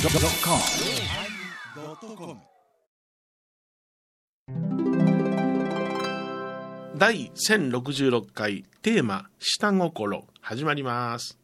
yosmir 第1066回テーマ「下心」始まります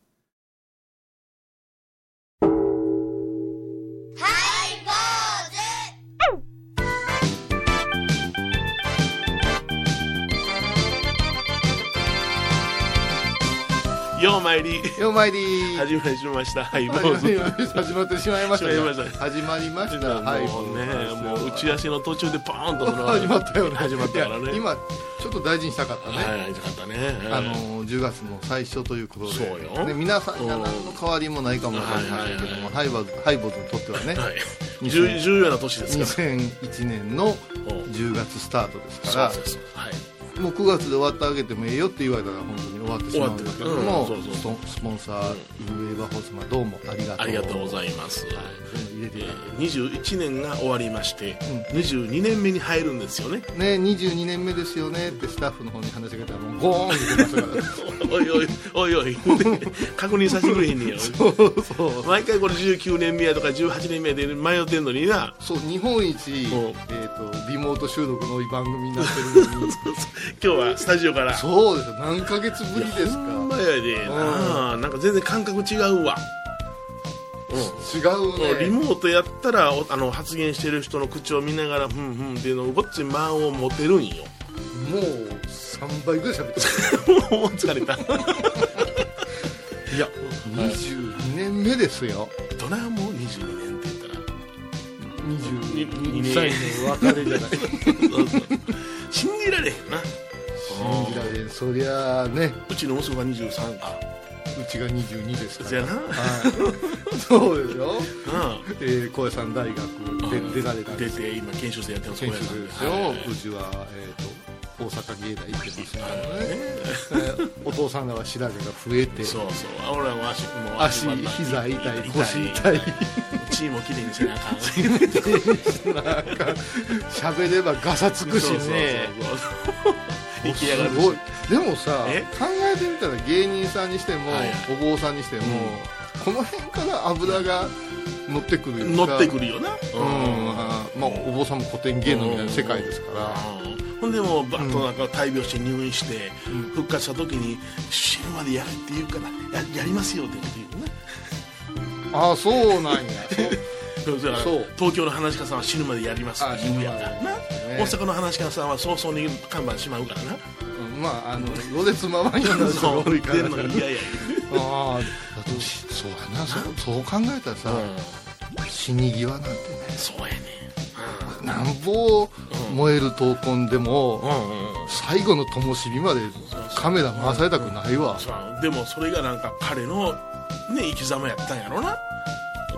ようまいりようまいり始まりましたはい始坊ま主りました始まってしまいましたね始まりました始まりましたはいもうねもう打ち出しの途中でパーンとその始まったよね始まったからいねや今ちょっと大事にしたかったね、はいはいよかったねあの10月の最初ということでそうよね、皆さんが何の変わりもないかもわかりませんけども、はハイボーズハイボーズにとってはね、はい2000重重要な年ですから2001年のおう10月スタートですからそうそうそうはいもう9月で終わってあげてもええよって言われたら本当に終わってしまうんだけども、終わってるうんスポンスポンサー、ウェーバーホースマンどうもありがとあうりがとうございます、入れていただいて21年が終わりまして、22年目に入るんですよねね、22年目ですよねってスタッフの方に話しかけたらもうゴーンって出ま したかおいおいおいおい確認させてくれへんねやら そう毎回これ19年目やとか18年目で迷ってんのになそう日本一、えうんー、とリモート収録の多い番組になってる のに今日はスタジオからそうですよ何ヶ月ぶりですかほんまやでななんか全然感覚違うわ違もうリうねモートやったらおあの発言してる人の口を見ながらふんふんっていうのをごっつい間を持てるんよ もう3倍ぐらい喋ってもう疲れたいやる22年目ですよドラもう22年って言ったら22歳の別れじゃないそうそう信じられへんな信じられんそりゃあねうちの息子が23かうちが22ですかそやらな、なはい、そうですよ、あえー、小江さん大学で出られたんです出て今研修生やってます選手ですよ、はうちは、えー、と大阪芸大行ってますからね、えーお父さんらは白髪が増えていそうそう俺らは足もう足ばっかり膝痛い腰痛いチームをきれいにせなあかん喋ればガサつくしそねうそうそうもう行きやがるすしごいでもさえ考えてみたら芸人さんにしても、はいはいお坊さんにしても、この辺から油が乗ってくる乗ってくるるよなうん、あーまあ、お坊さんも古典芸能みたいな世界ですから、ほんでもうバッとなんか大病して入院して復活した時に死ぬまでやれって言うからややりますよって言うねああそうなんやそうそうそう東京の話家さんは死ぬまでやりますって言うやんかな、大阪の話家さんは早々に看板しまうからなうんまああのろれつままんような人が多いから出るのにいやいやああだとしそうやなそうそう考えたらさ、死に際なんてねそうやねなんぼ燃える闘魂でも、うんうんうん最後の灯火までカメラ回されたくないわ、さあでもそれがなんか彼の、ね、生き様やったんやろな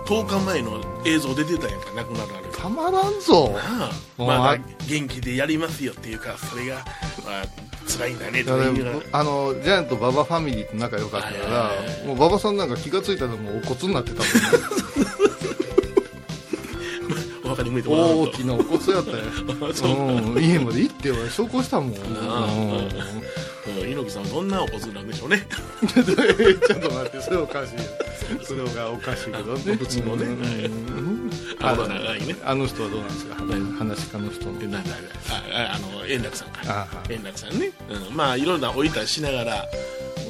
10日前の映像出てたやんか亡くなられたたまらんぞなあもうまああ元気でやりますよっていうかそれが、まあ、辛いんだねいとやかで言いながらもあのジャイアント馬場ファミリーと仲良かったから、はいはいはいもう馬場さんなんか気が付いたらもうお骨になってたもん、ね、お墓に向いてもら お大うときなお骨やったよ、 うん、家まで行って俺証拠したもん、うんうん猪木さんはどんなお骨なんでしょうね ちょっと待ってそれおかしいよそれがおかしいけどね仏のねうんあの長いねあの人はどうなんですか話し家の人のでなんだあああの円楽さんかああ円楽さんね、うん、まあいろんなおいたりしながら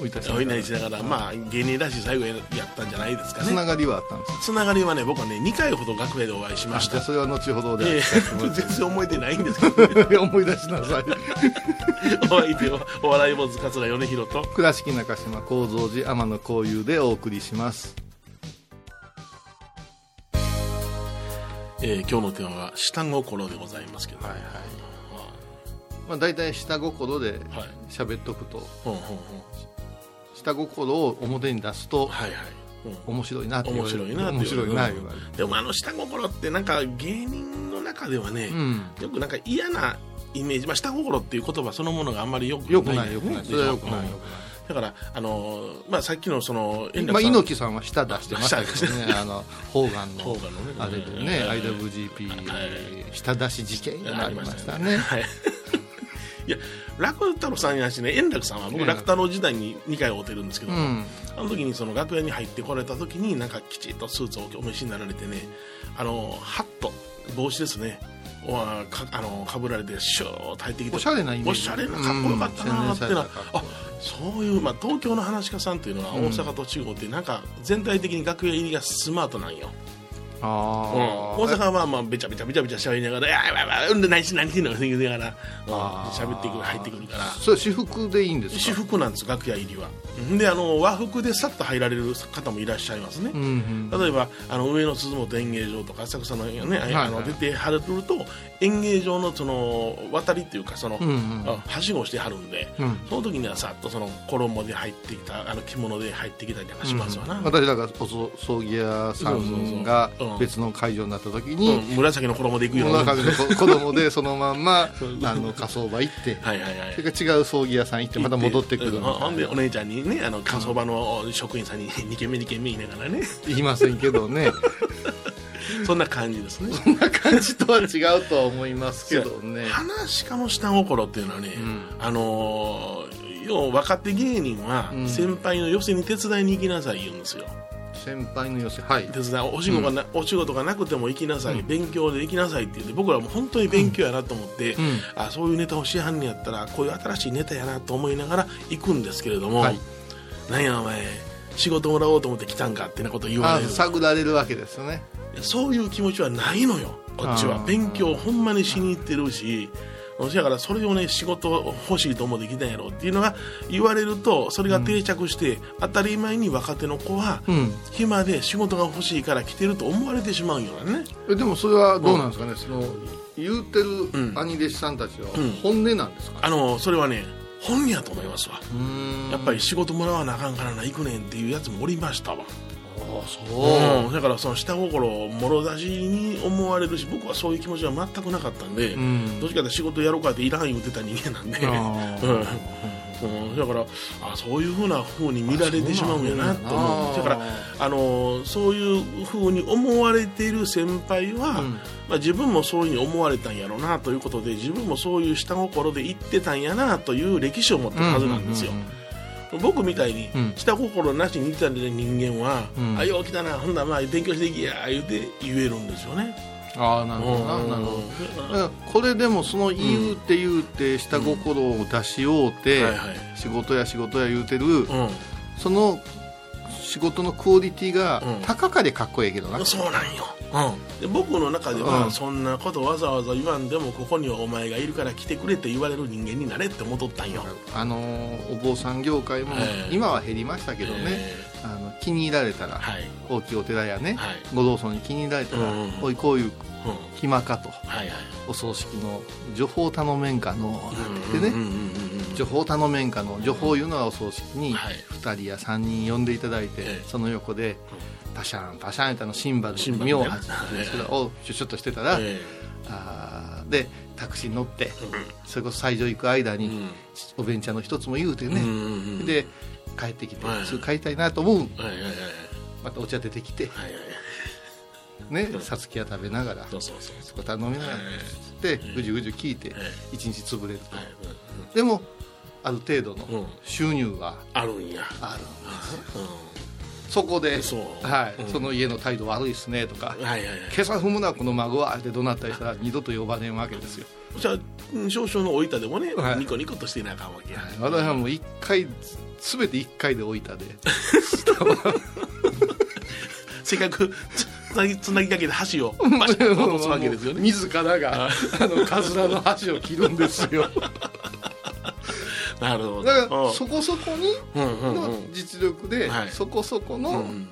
おいたしおいなりしながらまあ芸人らしい最後やったんじゃないですかつなねがりはあったんですかつながりはね僕はね2回ほど楽屋でお会いしましじゃあた それは後ほどえでえ全然覚えてないんですけど、ね、 思い出しなさいお相手はお笑い坊主桂米広と倉敷中島幸三寺天野幸雄でお送りしますえー今日のテーマは「下心」でございますけど、はいまあ大体下心ではい喋っとくとほんほんほん下心を表に出すとはいはい、うん面白いなって言面われる白いなって面白いなうん言われるでもあの下心ってなんか芸人の中ではね、うんよくなんか嫌なイメージ、まあ、下心っていう言葉そのものがあんまりよくないよくないよくないねそれはよくないよくないだから、あのーまあ、さっきのその円まあ、さん猪木さんは舌出してましたけどね、あの方眼方の眼のねあれでね、うん IWGP 舌出し事件がありましたね、はいいや楽太郎さんやしね円楽さんは僕円楽楽太郎時代に2回会うてるんですけど、うんあの時にその楽屋に入ってこられた時になんかきちっとスーツをお召しになられてねあのハット帽子ですねをあかあのかぶられてシューッと入ってきておしゃれなイメージおしゃれなかっこよかったなーってな、うんあそういう、まあ、東京の話し家さんというのは大阪と地方ってなんか全体的に楽屋入りがスマートなんよ、うんあ大阪はまあべちゃべちゃべちゃべちゃしゃべりながら「いやいやいやうんで何し何し」なんて言いながらうんあー喋ってくる入ってくるからそれ私服でいいんです私か服なんです楽屋入りはであの和服でさっと入られる方もいらっしゃいますね、うんうん例えばあの上野鈴本演芸場とか浅草の,、ねいあの出てはると演芸場のその渡りっていうかその、うんうんあはしごをしてはるんで、うんその時にはさっとその衣で入ってきたあの着物で入ってきたりとかしますわな、私だからおそ葬儀屋さんがそうそうそううん別の会場になった時うにん、紫の衣で行く世ようのな中はで 子子供でそのまんまあの火葬場行っていはいはいそれから違う葬儀屋さん行ってまた戻ってくるうみんたいなほんでお姉ちゃんにねあの火葬場の職員さんに2 軒目2軒目言いながらね言いませんけどねそんな感じですねそんな感じとは違うとは思いますけど ね話し家の下心っていうのはね、んあのー要は若手芸人はうん先輩の寄せに手伝いに行きなさい言うんですよ先輩の寄せはい手伝いお仕事がな、お仕事がなくても行きなさい、勉強で行きなさいって言って僕らも本当に勉強やなと思って、んあそういうネタをしはんねやったらこういう新しいネタやなと思いながら行くんですけれども、はいなんやお前仕事もらおうと思って来たんかってなこと言わあれる探られるわけですねそういう気持ちはないのよこっちはあー勉強をほんまにしに行ってるしそやからそれをね仕事欲しいと思ってきたんやろっていうのが言われるとそれが定着して、当たり前に若手の子は、うん暇で仕事が欲しいから来てると思われてしまうんよねえでもそれはどうなんですかね、その言うてうんる兄弟子さんたちはうん本音なんですか、ねあのそれはね本音やと思いますわうーんやっぱり仕事もらわなあかんからな行くねんっていうやつもおりましたわああそう、うん、だからその下心をもろ出しに思われるし僕はそういう気持ちは全くなかったんで、んどっちかって仕事やろうかっていらん言ってた人間なんで、あうんうん、だからあそういうふうなふうに見られてしまうんやなと思うあだそうかなんやならあのそういうふうに思われている先輩は、うんまあ、自分もそういうふうに思われたんやろうなということで自分もそういう下心で言ってたんやなという歴史を持ってるはずなんですよ。うう僕みたいにうん下心なしに言ってた人間は、うんあよう来たなほんならまあ勉強していきや言うて言えるんですよね。うんああなるほうどんななるほどだかだからこれでもその言うて言うて下心を出し合うて、らはいはい仕事や仕事や言うてる、うんその仕事のクオリティがうん高かでかっこいいけどな、そうなんよ、で僕の中では、うんそんなことわざわざ言わんでもここにはお前がいるから来てくれって言われる人間になれって思っとったんよ、あのーお坊さん業界もええ今は減りましたけどね、えあの気に入られたーらはい大きいお寺やね、はい、ご同窓に気に入られたらうんうん「おいこういううん、暇か」とはいはい「お葬式の情報頼めんかの」なんてね、うんうんうんうん情報頼めんかの情報いうのはお葬式にはい2人や3人呼んでいただいて、ええその横で「パシャンパシャン」ってあのシンバルシンバルね妙を発してですけどをシュシュッとしてたら、えあーでタクシーに乗ってそれこそ斎場行く間ーに、お弁茶の一つも言うてうんね、うんうんで帰ってきて、はいすぐ帰りたいなと思うはいはいはいはいまたお茶出てきてはいはいねさつき屋食べながらそうそうそうそそこ頼みながらはいでぐじゅぐじゅ聞いてうはい一日潰れるとはいでもある程度うんうのん収入はあるんやあるうそこで、そうはいうんその家の態度悪いですねとんはかいはいはい「今朝踏むなこの孫は」って怒鳴ったりしたら二度と呼ばねえわけですよじゃあうん少々のおいたでもね、はいニコニコとしてなあかんわけや、はい私はもう一回すべて一回で置い たでせっかくつつなぎつなぎかけて箸をバシッと落とすわけです よね。自らがあのカズラの箸を切るんですよなるほど。だかうらんそこそこにうんうんうのん実力で、はいそこそこうのん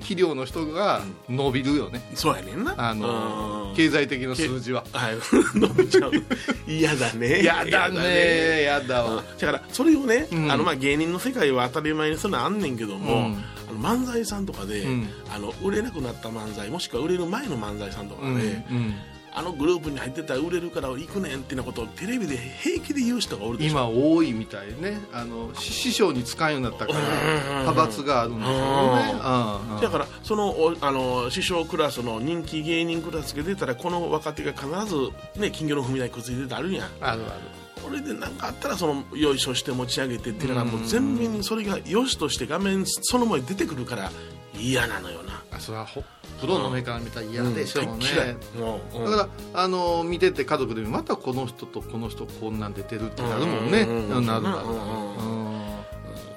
肥料の人が伸びるよね、そうやねんな。あのうん経済的な数字ははい、 飲めちゃう。嫌だ ね。やだねやだうんわだからそれをね、うんあのまあ芸人の世界は当たり前にそんなんあんねんけども、うんあの漫才さんとかで、うんあの売れなくなった漫才もしくは売れる前の漫才さんとかで、うんうんあのグループに入ってたら売れるから行くねんってなことをテレビで平気で言う人がおるでしょ今多いみたいねあのし師匠に使うようになったから派閥があるんですよねうんうんだからそのおあの師匠クラスの人気芸人クラスが出たらこの若手が必ず、ね、金魚の踏み台くっついてたあるやんあるあるそれで何かあったらそのよいしょして持ち上げてっていうのがもう全面にそれがよしとして画面その前に出てくるから嫌なのよなあそれはほプロの目から見たら嫌でしょうね、大嫌いもう、うんだからあの見てて家族でまたこの人とこの人こんなん出てるってなるもんね、うんうんうんなるなる、うんうん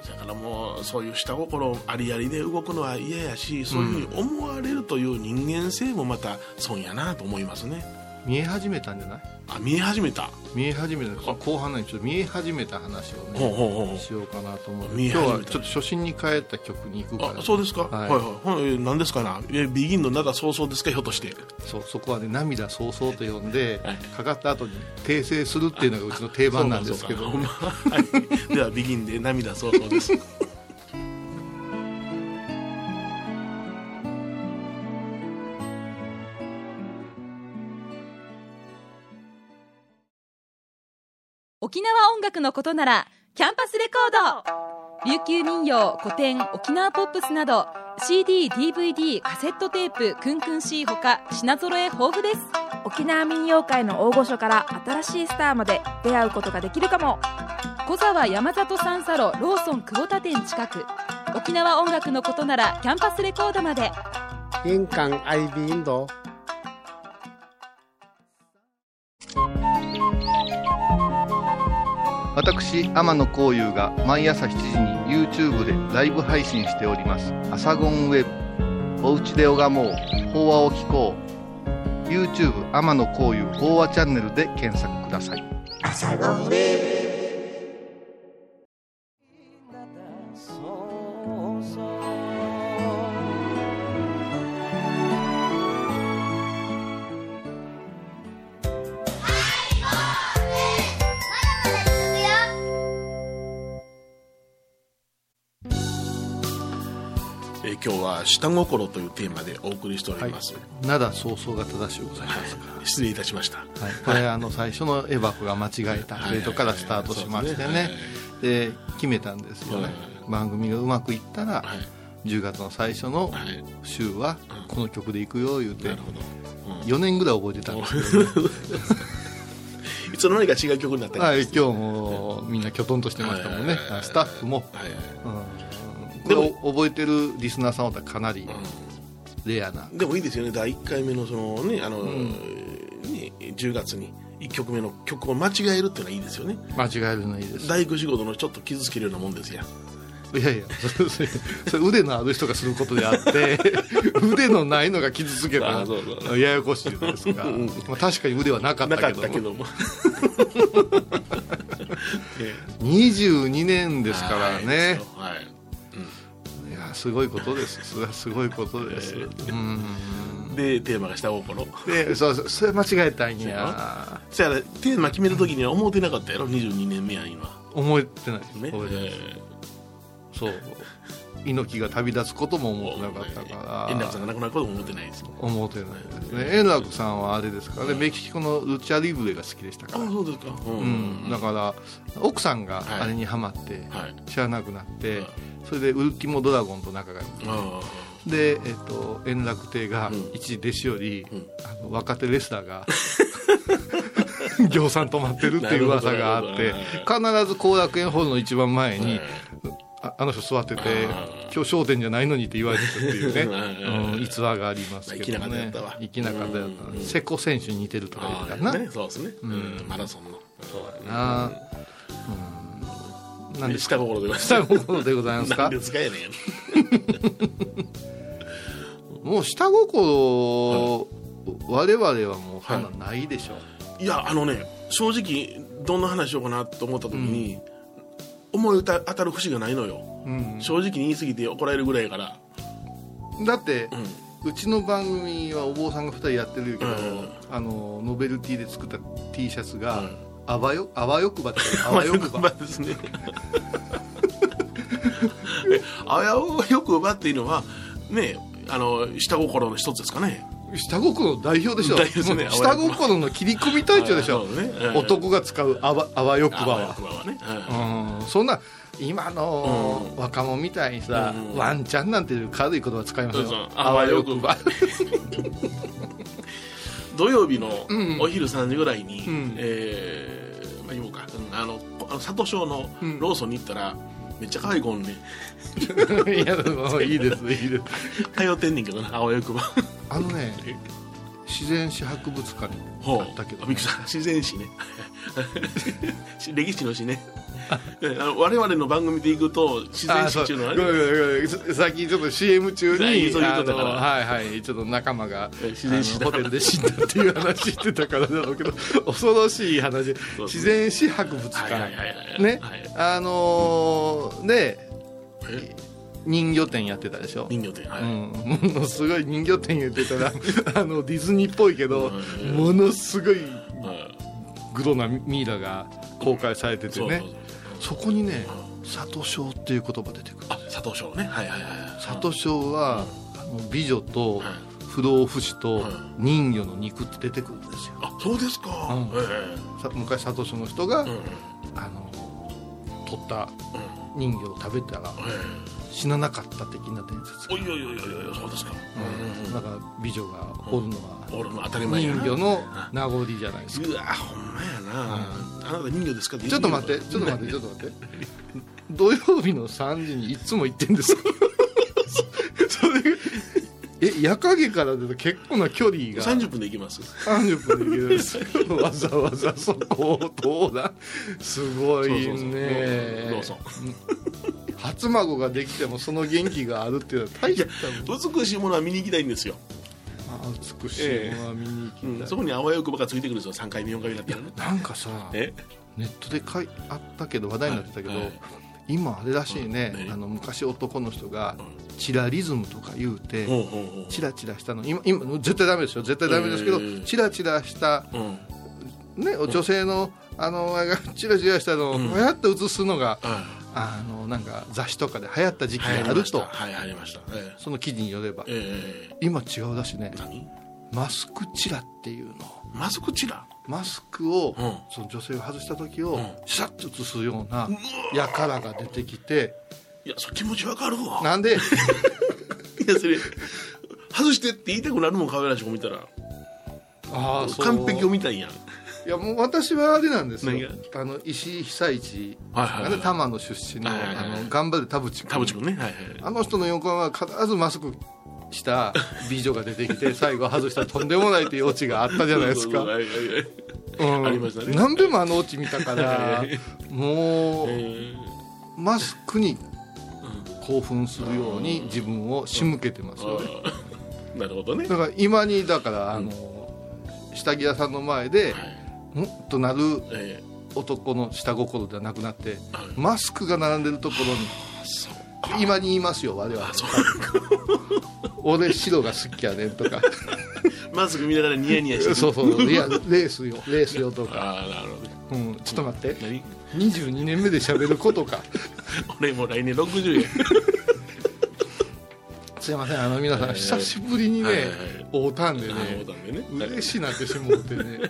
だからもうそういう下心ありありで動くのは嫌やしそういうふうに思われるという人間性もまた損やなと思いますね見え始めたんじゃないあ見え始めた見え始めた後半なんでちょっと見え始めた話をほうねほうほうしようかなと思う見え今日始めたはちょっと初心に帰った曲に行くからあそうですか、は、はいいはいはいえ何ですかなえビギンの灘早々ですかひょっとしてそうそこはね涙そうそうと呼んで はいかかった後に訂正するっていうのがうちの定番なんですけどそうか そうかほんまはいではビギンで涙早々 です沖縄音楽のことならキャンパスレコード琉球民謡古典沖縄ポップスなど CDDVD カセットテープクンクン C ほか品揃え豊富です沖縄民謡界の大御所から新しいスターまで出会うことができるかも小沢山里三佐路ローソン久保田店近く沖縄音楽のことならキャンパスレコードまで玄関アイビーインド私天野幸雄が毎朝7時に YouTube でライブ配信しております「アサゴンウェブ」「おうちで拝もう法話を聞こう」YouTube 天野幸雄法話チャンネルで検索くださいえ今日は「下心」というテーマでお送りしております、灘そうそうが正しゅうございますか失礼いたしましたはい、これあの最初のエバコが間違えたプレートからスタートしましてねで決めたんですよね番組がうまくいったらはい10月の最初のはい週はこの曲で行くよ言うなてるほど、うん4年ぐらい覚えてたんですけどいつの間にか違う曲になったりはい今日もみんなきょとんとしてましたもんねはいスタッフも、はいはいうでん、でもも覚えてるリスナーさんはかなりレアなでもいいですよね第1回目のその、ねあのんね10月に1曲目の曲を間違えるっていうのはいいですよね間違えるのいいです大工仕事のちょっと傷つけるようなもんですやいやいやそれそれそれ腕のある人がすることであって 腕のないのが傷つけたあそうそうらややこしいですが、うんまあ、確かに腕はなかっなかたけっどたけどもえ22年えですからねはいはいいやすごいことですそれはすごいことです、えうんでテーマが下心でそうそうそれ間違えたんやそやらテーマ決める時には思うてなかったやろ22年目や今思えてないね覚えてないえそう猪木が旅立つことも思えってなかったから円楽さんが亡くなることも思ってないです思ってないですね円楽さんはあれですからねメキシコのルチャリブレが好きでしたあからそうですかううん、だから奥さんがはいあれにはまってはい知らなくなって、はいそれでウルキモドラゴンと仲が良くあで、えっと円楽亭うがん一弟子より、うんあの若手レスラーが 行さん止まってるっていう噂があっなるてほ必ず後楽園ホールの一番前あに、ああの人座っててあ「今日『笑点』じゃないのに」って言われてるっていう うんね、うん、逸話がありますけどまあ生きなかったやねったわ生きなかったやったうん瀬古選手に似てるとか言あうからあな、ねそうですねうんうんマラソンのそうなうんなんで下心でございます下心でございますなかんで使えねえのもう下心、我々はもうそんなんないでしょ、いやあのね正直どんな話しようかなと思った時に、思い当たる節がないのよ、正直に言い過ぎて怒られるぐらいやから、うんだってう、んうちの番組はお坊さんが2人やってるけど、うんあのノベルティで作った T シャツうが、んあわよあわよくばって あまあわよよくくばばですねえあやおよくばっていうのはねあの下心の一つですかね下心の代表でしょ代表ですねもう下心の切り込み隊長でしあょなるほどねうん男が使うあわあわよくばあわよはくばはね、うんそんな今のう若者みたいにさ、うんワンチャンなんていう軽い言葉使いますそうそうよあわよ くば土曜日のうんお昼3時ぐらいに、うんえーまあ、言おうか、うんあのこあの佐藤賞のローソンに行ったら、めっちゃ可愛い子おんね いやもういいですいいです通ってんねんけどな青柳君はあのね自然史博物館にほうあったけど、あびっくりした自然史 ね歴史の史ねあの我々の番組で行くと自然あ史そっうていうごのめはんねごめんごめん最近ちょっと CM 中いやにそういうことだからあのはいはいちょっと仲間がえ自然史あのホテルで死んだっていう話してたからだ ろうけど恐ろしい話そう自然史博物はいはいはいは館いねはいあのーでえ人魚店やってたでしょ人形店はい、うんものすごい人魚店言ってたらあのディズニーっぽいけどうんものすごいうんグロなミイラが公開されててそうそうねそうそこにね「里小」っていう言葉出てくるあ佐藤賞ねはいはいはいはい里小はあの美女とはい不老不死とはい人魚の肉って出てくるんですよあそうですか、うんええさ昔里小の人が、うんうんあの取った人魚を食べたらえ死ななかった的な伝説えおいおいおいおいおいそうですか、うんなんか美女がおるのは俺の当たり前や人な魚の名残じゃないですかうわほんまやな、あなた人魚ですかてちょっと待って、ちょっと待って、ちょっと待って。土曜日の3時にいつも行って んですかそれがえ、夜影からだと結構な距離が30分で行き ます30分で行けるんですよ。わざわざそこをどうだすごいそうそうそうねローソン初孫ができてもその元気があるっていうのは大した美しいものは見に行きたいんですよ、あ美しいものは見に行きたい、そこに青やくばがついてくるんですよ3回目4回目だったらねなんかさえネットでかいあったけど話題になってたけど、はいはい今あれらしいね、うん何あの昔男の人がうチラリズムとか言うて、ほうほうほうチラチラしたの今今絶対ダメですよ絶対ダメですけど、えーチラチラした、うんね、女性のあのあれがチラチラしたのをうんふやっと映すのが、ああのなんか雑誌とかで流行った時期あ流行がりあまるしたとはい流行りましたえその記事によればえええ今違うらしいね何マスクチラっていうのマスクチラマスクを、うんその女性を外した時を、うんシャッと映すような輩が出てきていやそれ気持ちわかるわな んでいやそれ外してって言いたくなるもん可愛らしい子見たらああそう完璧を見たんやんいやもう私はあれなんです何よがあの石井久一はいがはね、いはい多摩の出身の,、はいはいはいあの頑張る田淵君田淵君ねはいはいあの人の横は必ずマスク した美女が出てきて最後外したらとんでもないっていうオチがあったじゃないですかそうそうそうはいはいはいうんありましたね何べんもあのオチ見たからもう、えマスクに興奮するように自分を仕向けてますよねーあーなるほどねだから今にだからあの、下着屋さんの前ではい「ん?」となるえ男の下心ではなくなってはいマスクが並んでるところに今に言いますよ我々俺白が好きやねん とかえマスク見ながらニヤニヤしてそうそういやレースよレースよとか、ああなるほどねうん、ちょっと待って何22年目で喋ることか俺もう来年60やすいませんあの皆さん久しぶりにねはいはい会うたんでね会うたんでね嬉しいなってしもうてね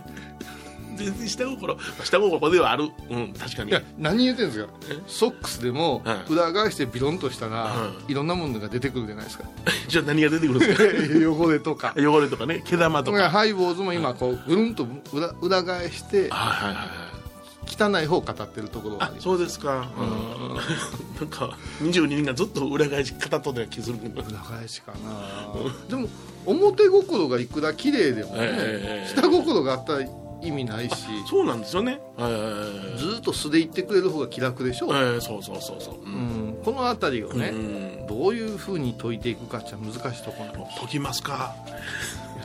全然下心下心ではあるうん確かにいや何言ってんですかえソックスでもはい裏返してビロンとしたら、、はいろんなものが出てくるじゃな いですかじゃあ何が出てくるんですか汚れとか汚れとかね毛玉とかはいハイボーズも今こうぐるんと裏裏返しはいてはいはい汚い方を語ってるところがあありますそうですかうんなんか22人がずっと裏返し片取りな気するけど裏返しかなでも表心がいくら綺麗でもね、ええ下心があったら意味ないしそうなんですよねはいはいはいはいずっと素で言ってくれる方が気楽でしょう、ええそうそうそうそうううんん、この辺りをね、うんどういうふうに解いていくかっていうのは難しいところなの解きますか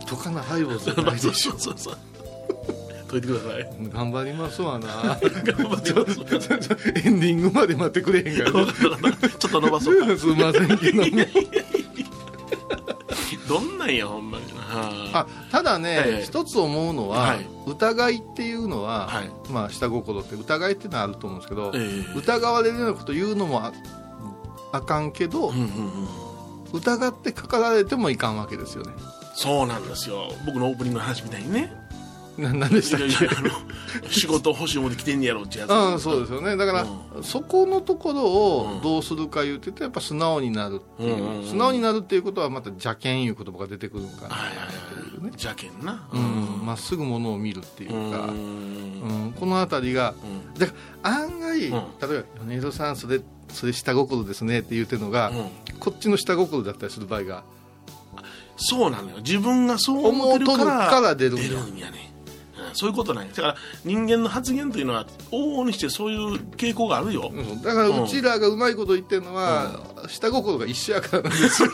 解かないハイボーズじゃないでし ょそうそうそう解いてください頑張りますわな 頑張ってくださいエンディングまで待ってくれへんから、ちょっと伸ば そうかすいませんけどもどんなんやほんまにはあただね、ええ一つ思うのは、はい疑いっていうのは、はいまあ、下心って疑いっていうのはあると思うんですけど、ええ疑われるようなこと言うのもああかんけど、うんうんうん疑ってかかられてもいかんわけですよね。そうなんですよ僕のオープニングの話みたいにねななんでしいたやっいやけあの仕事欲しいもんで来てんねやろってやつうん、そうですよねだから、そこのところうをんどうするか言っててやっぱ素直になるっていう、うんうんうん素直になるっていうことはまた邪険いう言葉が出てくるのかなはいはいはいねじゃけんなうんまっすぐものを見るっていうか、ううんんこの辺りがだから案外、ん例えば米広さんそれそれ下心ですねって言うてるのが、うんこっちの下心だったりする場合がそうなのよ自分がそう思ってるか思うとらるから出るんだ出るんやね、うんそういうことなんやだから人間の発言というのは往々にしてそういう傾向があるよ、うんだからうちらがうまいこと言ってるのは、下心が一緒やからなんですよ、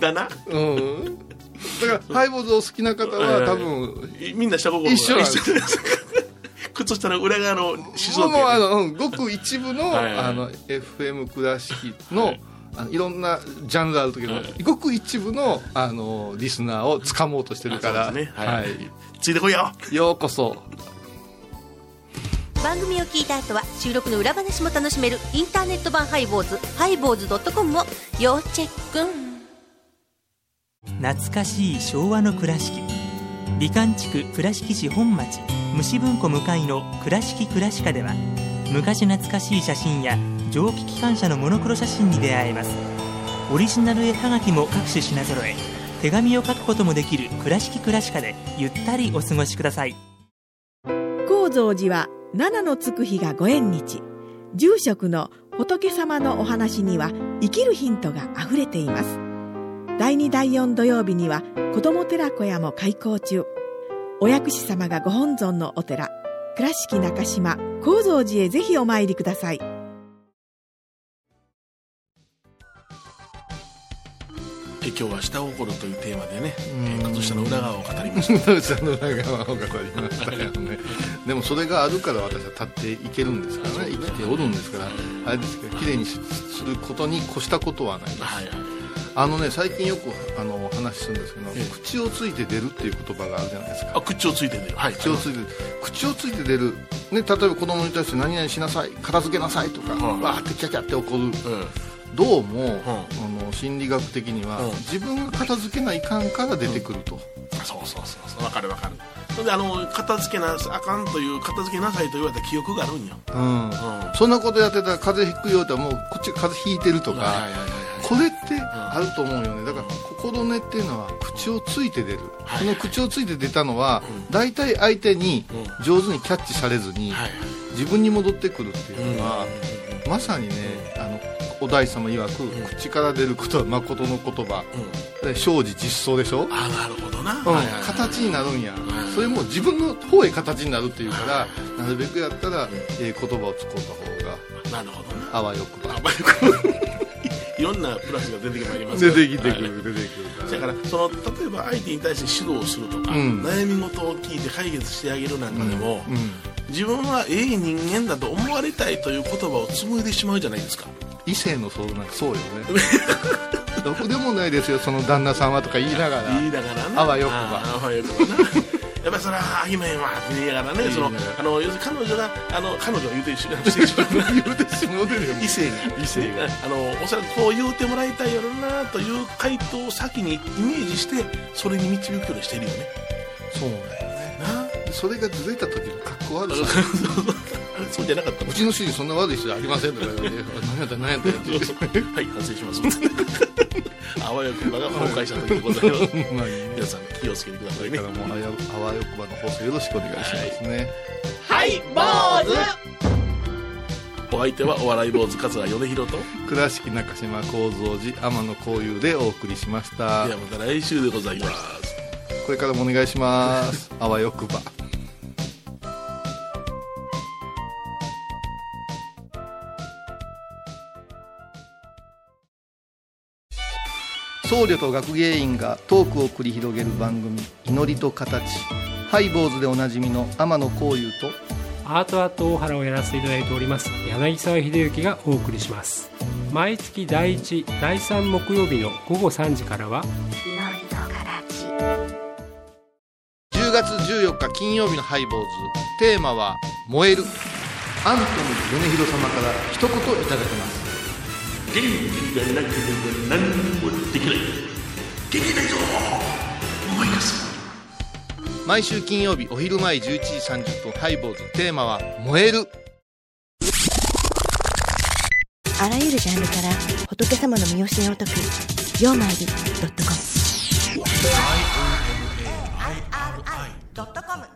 だなうん、だからハイボーズお好きな方は多分いみんな下心が一緒なんです一です 靴下の裏側の思想もうっもうあての、うんごく一部のはいはいはいあの FM 倉敷の,、はいい、あのいろんなジャンルある時の、はいごく一部のあのリスナーを掴もうとしてるから、あそうですねはいいついてこいよようこそ番組を聞いた後は収録の裏話も楽しめるインターネット版ハイボーズハイボーズドットコムを要チェック懐かしい昭和の倉敷美観地区倉敷市本町虫文庫向かいの「倉敷倉敷科」では昔懐かしい写真や蒸気機関車のモノクロ写真に出会えますオリジナル絵はがきも各種品揃え手紙を書くこともできる「倉敷倉敷科」でゆったりお過ごしください高蔵寺は七のつく日がご縁日住職の仏様のお話には生きるヒントがあふれています第2第4土曜日には子ども寺小屋も開校中お薬師様がご本尊のお寺倉敷中島・高蔵寺へぜひお参りくださいえ今日は「下心」というテーマでね、えー靴下の裏側を 語りまし野口さんの裏側を語りましたよねでもそれがあるから私は立っていけるんですからね生きておるんですからあれですけど綺麗にすることに越したことはないたはいはいあのね最近よくあのお話しするんですけど、ええ口をついて出るっていう言葉があるじゃないですかあ口をついてるよはい口をついて口をついて出る、ね、例えば子供に対して何々しなさい片付けなさいとか、はいわーってキャキャって怒るうんどうも、あの心理学的には、うん自分が片付けないかんから出てくると、そうそうそうそうわかるわかるそれであの片付けなあかんという片付けなさいと言われた記憶があるんようんうんそんなことやってたら風邪ひくよってもうこっち風邪ひいてるとか、はいはいはいこれってあると思うよねだから心根っていうのは口をついて出る、はいその口をついて出たのは、う大体相手にう上手にキャッチされずに、はい自分に戻ってくるっていうのはは、いうんまさにねあのお大師様曰く、ん口から出ることは誠の言葉うんで生じ実相でしょ、うんあなるほどな、はいはいはい形になるんや、はいそれも自分の方へ形になるっていうから、なるべくやったら、えー言葉を使った方がなるほどなあわよくばあまあいろんなプラスが出てきまいります出てきてはくいる出てくだるからその例えば相手に対して指導をするとか、うん悩み事を聞いて解決してあげるなんかでも、うん自分はええ人間だと思われたいという言葉を紡いでしまうじゃないですか異性の相談 そうよねろくでもないですよその旦那さんはとか言いながら言いながらなあわよくばああわよくばなやっぱりそれはあげめんわって言いながらねいそのねあの要するに彼女があの彼女を言うてししてしまう言うてしもうてるよ異性が異性があのおそらくこう言うてもらいたいやろなという回答を先にイメージしてそれに導くようにしてるよねそうねなあそれがずれた時の格好悪さあれ そうじゃなかったうちの主人そんな悪い人じゃありませんとか言わ れて何やった何やったって言ってはい反省しますあわよくばが崩壊した時でございますほんまにね皆さん気をつけてくださいだねからもうあやあわよくばの放送よろしくお願いしますねはい坊主お相手はお笑い坊主桂米広と倉敷中島幸三寺天野幸雄でお送りしましでたはまた来週でございますこれからもお願いしますあわよくば僧侶と学芸員がトークを繰り広げる番組「祈りと形」ハイボーズでおなじみの天野幸雄とアートアート大原をやらせていただいております柳沢秀幸がお送りします毎月第1第3木曜日の午後3時からは10月14日金曜日のハイボーズテーマは「燃える」アントニー米広様から一言いただきます元気がなければ何もできない元気ないぞ思い出す毎週金曜日お昼前11時30分ハイボーズテーマは「燃えるあらゆるジャンルから仏様の身教えを解く曜マイルドットコム IMARI.com